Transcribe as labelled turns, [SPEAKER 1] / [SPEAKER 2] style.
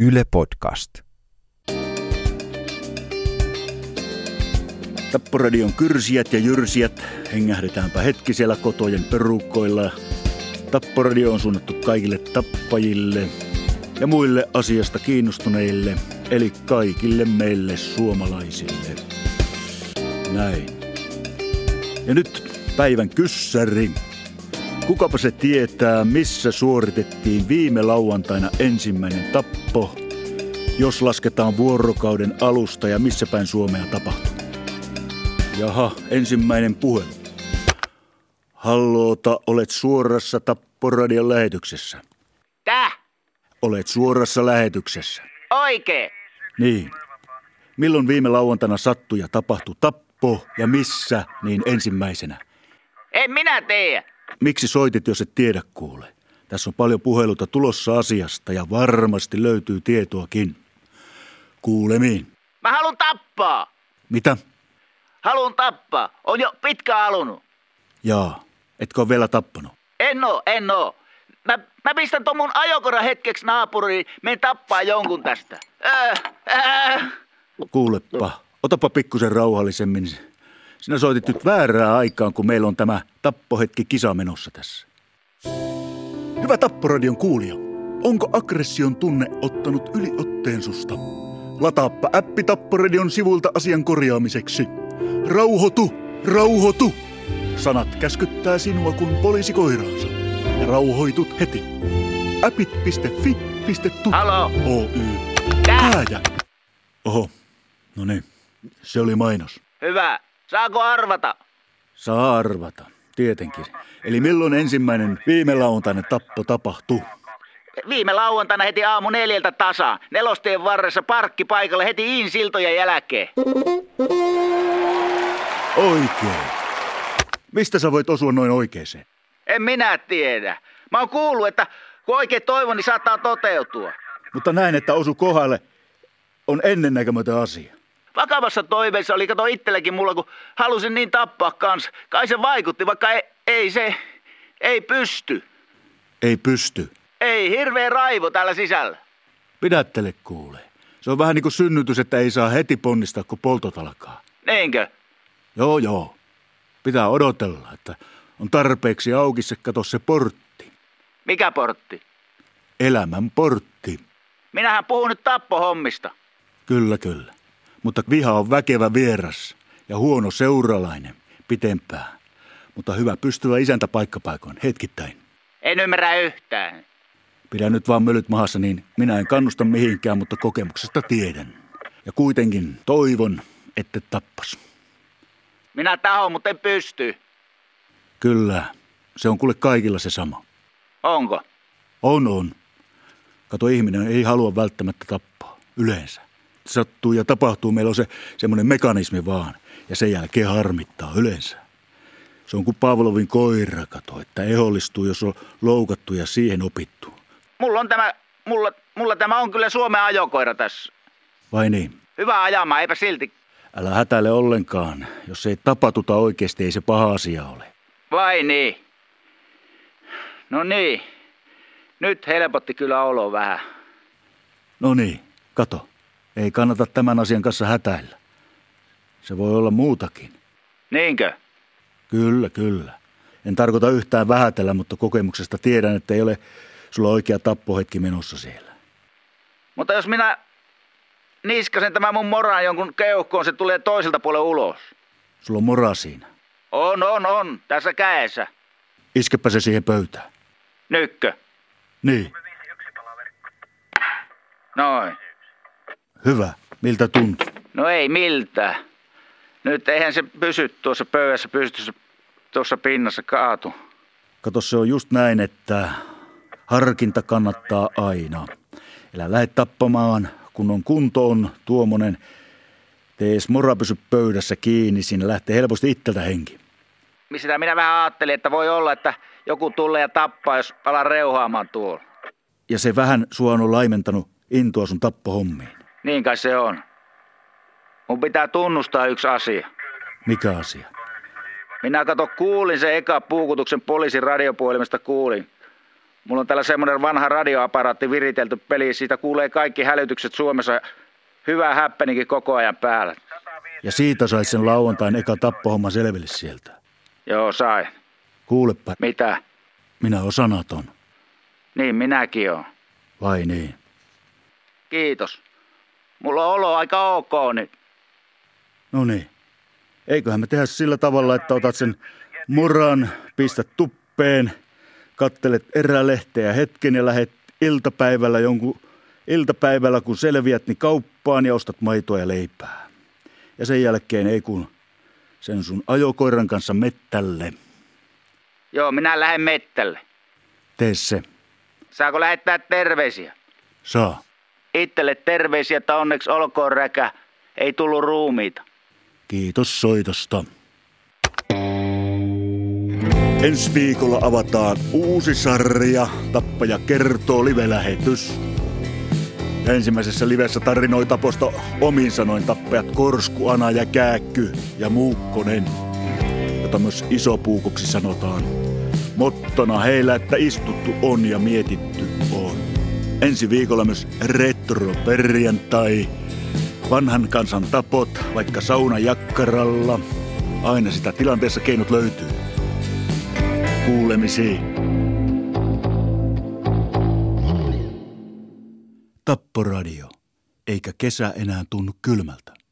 [SPEAKER 1] Yle Podcast.
[SPEAKER 2] Tapporadion kyrsijät ja jyrsijät, hengähdetäänpä hetki siellä kotojen perukkoilla. Tapporadio on suunnattu kaikille tappajille ja muille asiasta kiinnostuneille, eli kaikille meille suomalaisille. Näin. Ja nyt päivän kyssäri. Kukapa se tietää, missä suoritettiin viime lauantaina ensimmäinen tappo, jos lasketaan vuorokauden alusta ja missä päin Suomea tapahtui. Jaha, ensimmäinen puhe. Halloota, olet suorassa Tapporadion lähetyksessä.
[SPEAKER 3] Täh!
[SPEAKER 2] Olet suorassa lähetyksessä.
[SPEAKER 3] Oikee!
[SPEAKER 2] Niin. Milloin viime lauantaina sattui ja tapahtui tappo ja missä, niin ensimmäisenä.
[SPEAKER 3] En minä tiedä.
[SPEAKER 2] Miksi soitit, jos et tiedä kuule? Tässä on paljon puheluita tulossa asiasta ja varmasti löytyy tietoakin. Kuulemiin.
[SPEAKER 3] Mä haluun tappaa.
[SPEAKER 2] Mitä?
[SPEAKER 3] Haluun tappaa. On jo pitkään halunnut.
[SPEAKER 2] Jaa, etkö ole vielä tappanut?
[SPEAKER 3] En oo, en oo. Mä, mä pistän ton mun ajokoran hetkeksi naapuriin. Menen tappaa jonkun tästä. Öö, öö.
[SPEAKER 2] Kuulepa, otapa pikkusen rauhallisemmin. Sinä soitit nyt väärää aikaan, kun meillä on tämä tappohetki kisa menossa tässä. Hyvä Tapporadion kuulija, onko aggression tunne ottanut yliotteen susta? Lataappa appi Tapporadion sivulta asian korjaamiseksi. Rauhoitu, rauhoitu! Sanat käskyttää sinua kuin poliisi koiraansa. Ja rauhoitut heti. appit.fi.tut
[SPEAKER 3] Halo.
[SPEAKER 2] Oy.
[SPEAKER 3] Tää.
[SPEAKER 2] Pääjä. Oho, no niin. Se oli mainos.
[SPEAKER 3] Hyvä. Saako arvata?
[SPEAKER 2] Saa arvata, tietenkin. Eli milloin ensimmäinen viime lauantainen tappo tapahtuu?
[SPEAKER 3] Viime lauantaina heti aamu neljältä tasaan. Nelostien varressa parkkipaikalle heti insiltojen jälkeen.
[SPEAKER 2] Oikein. Mistä sä voit osua noin oikeeseen?
[SPEAKER 3] En minä tiedä. Mä oon kuullut, että kun oikein toivon, niin saattaa toteutua.
[SPEAKER 2] Mutta näin, että osu kohdalle on ennennäkemätön asia.
[SPEAKER 3] Vakavassa toiveessa oli, kato itselläkin mulla, kun halusin niin tappaa kans. Kai se vaikutti, vaikka ei, ei se, ei pysty.
[SPEAKER 2] Ei pysty.
[SPEAKER 3] Ei hirveä raivo täällä sisällä.
[SPEAKER 2] Pidättele kuule. Se on vähän niin kuin synnytys, että ei saa heti ponnistaa, kun poltot alkaa.
[SPEAKER 3] Niinkö?
[SPEAKER 2] Joo, joo. Pitää odotella, että on tarpeeksi auki se, kato se portti.
[SPEAKER 3] Mikä portti?
[SPEAKER 2] Elämän portti.
[SPEAKER 3] Minähän puhun nyt tappohommista.
[SPEAKER 2] Kyllä, kyllä. Mutta viha on väkevä vieras ja huono seuralainen pitempään. Mutta hyvä pystyvä isäntä paikkapaikoin hetkittäin.
[SPEAKER 3] En ymmärrä yhtään.
[SPEAKER 2] Pidä nyt vaan mölyt mahassa, niin minä en kannusta mihinkään, mutta kokemuksesta tiedän. Ja kuitenkin toivon, että tappas.
[SPEAKER 3] Minä tahon, mutta en pysty.
[SPEAKER 2] Kyllä, se on kuule kaikilla se sama.
[SPEAKER 3] Onko?
[SPEAKER 2] On, on. Kato, ihminen ei halua välttämättä tappaa, yleensä. Sattuu ja tapahtuu, meillä on se semmoinen mekanismi vaan, ja sen jälkeen harmittaa yleensä. Se on kuin Pavlovin koira, kato, että ehollistuu, jos on loukattu ja siihen opittu.
[SPEAKER 3] Mulla on tämä, mulla, mulla tämä on kyllä Suomen ajokoira tässä.
[SPEAKER 2] Vai niin?
[SPEAKER 3] Hyvä ajamaan, eipä silti.
[SPEAKER 2] Älä hätäile ollenkaan. Jos ei tapatuta oikeasti, ei se paha asia ole.
[SPEAKER 3] Vai niin? No niin. Nyt helpotti kyllä olo vähän.
[SPEAKER 2] No niin, kato. Ei kannata tämän asian kanssa hätäillä. Se voi olla muutakin.
[SPEAKER 3] Niinkö?
[SPEAKER 2] Kyllä, kyllä. En tarkoita yhtään vähätellä, mutta kokemuksesta tiedän, että ei ole sulla oikea tappohetki menossa siellä.
[SPEAKER 3] Mutta jos minä niskasen tämän mun moraan jonkun keuhkoon, se tulee toiselta puolelta ulos.
[SPEAKER 2] Sulla on mora siinä.
[SPEAKER 3] On, on, on. Tässä kädessä.
[SPEAKER 2] Iskepä se siihen pöytään.
[SPEAKER 3] Nykkö.
[SPEAKER 2] Niin,
[SPEAKER 3] Noin.
[SPEAKER 2] hyvä. Miltä tuntuu?
[SPEAKER 3] No ei miltään. Nyt eihän se pysy tuossa pöydässä pystyssä, tuossa pinnassa kaatu.
[SPEAKER 2] Kato, se on just näin, että harkinta kannattaa aina. Elä lähde tappamaan, kun on kunto on tuommoinen. Tee edes mora pysy pöydässä kiinni, siinä lähtee helposti itseltä henki.
[SPEAKER 3] Sitä minä vähän ajattelin, että voi olla, että joku tulee ja tappaa, jos alan reuhaamaan tuolla.
[SPEAKER 2] Ja se vähän sua on laimentanut intoa sun tappohommiin.
[SPEAKER 3] Niin kai se on. Mun pitää tunnustaa yksi asia.
[SPEAKER 2] Mikä asia?
[SPEAKER 3] Minä kato kuulin sen eka puukutuksen poliisin radiopuhelimesta kuulin. Mulla on täällä semmoinen vanha radioaparaatti viritelty peli, siitä kuulee kaikki hälytykset Suomessa. Hyvä häppenikin koko ajan päällä.
[SPEAKER 2] Ja siitä sai sen lauantain eka tappohomma selville sieltä.
[SPEAKER 3] Joo, sai.
[SPEAKER 2] Kuulepa,
[SPEAKER 3] Mitä?
[SPEAKER 2] minä oon sanaton.
[SPEAKER 3] Niin minäkin oon.
[SPEAKER 2] Vai niin?
[SPEAKER 3] Kiitos. Mulla on olo aika ok niin nyt.
[SPEAKER 2] No niin. Eiköhän me tehdä sillä tavalla, että otat sen muran, pistät tuppeen, kattelet erälehteä hetken ja lähet iltapäivällä jonkun iltapäivällä, kun selviät, niin kauppaan ja ostat maitoa ja leipää. Ja sen jälkeen ei kun sen sun ajokoiran kanssa mettälle.
[SPEAKER 3] Joo, minä lähden mettälle.
[SPEAKER 2] Tee se.
[SPEAKER 3] Saako lähettää terveisiä?
[SPEAKER 2] Saa.
[SPEAKER 3] Itselle terveisiä, että onneksi olkoon räkä. Ei tullut ruumiita.
[SPEAKER 2] Kiitos soitosta. Ensi viikolla avataan uusi sarja. Tappaja kertoo live-lähetys. Ja ensimmäisessä livessä tarinoi taposta omin sanoin tappajat Korsku, Ana ja Kääkky ja Muukkonen, jota myös isopuukoksi sanotaan. Mottona heillä, että istuttu on ja mietitty on. Ensi viikolla myös retroperjantai. Vanhan kansan tapot, vaikka sauna jakkaralla. Aina sitä tilanteessa keinot löytyy. Kuulemisiin. Tapporadio. Eikä kesä enää tunnu kylmältä.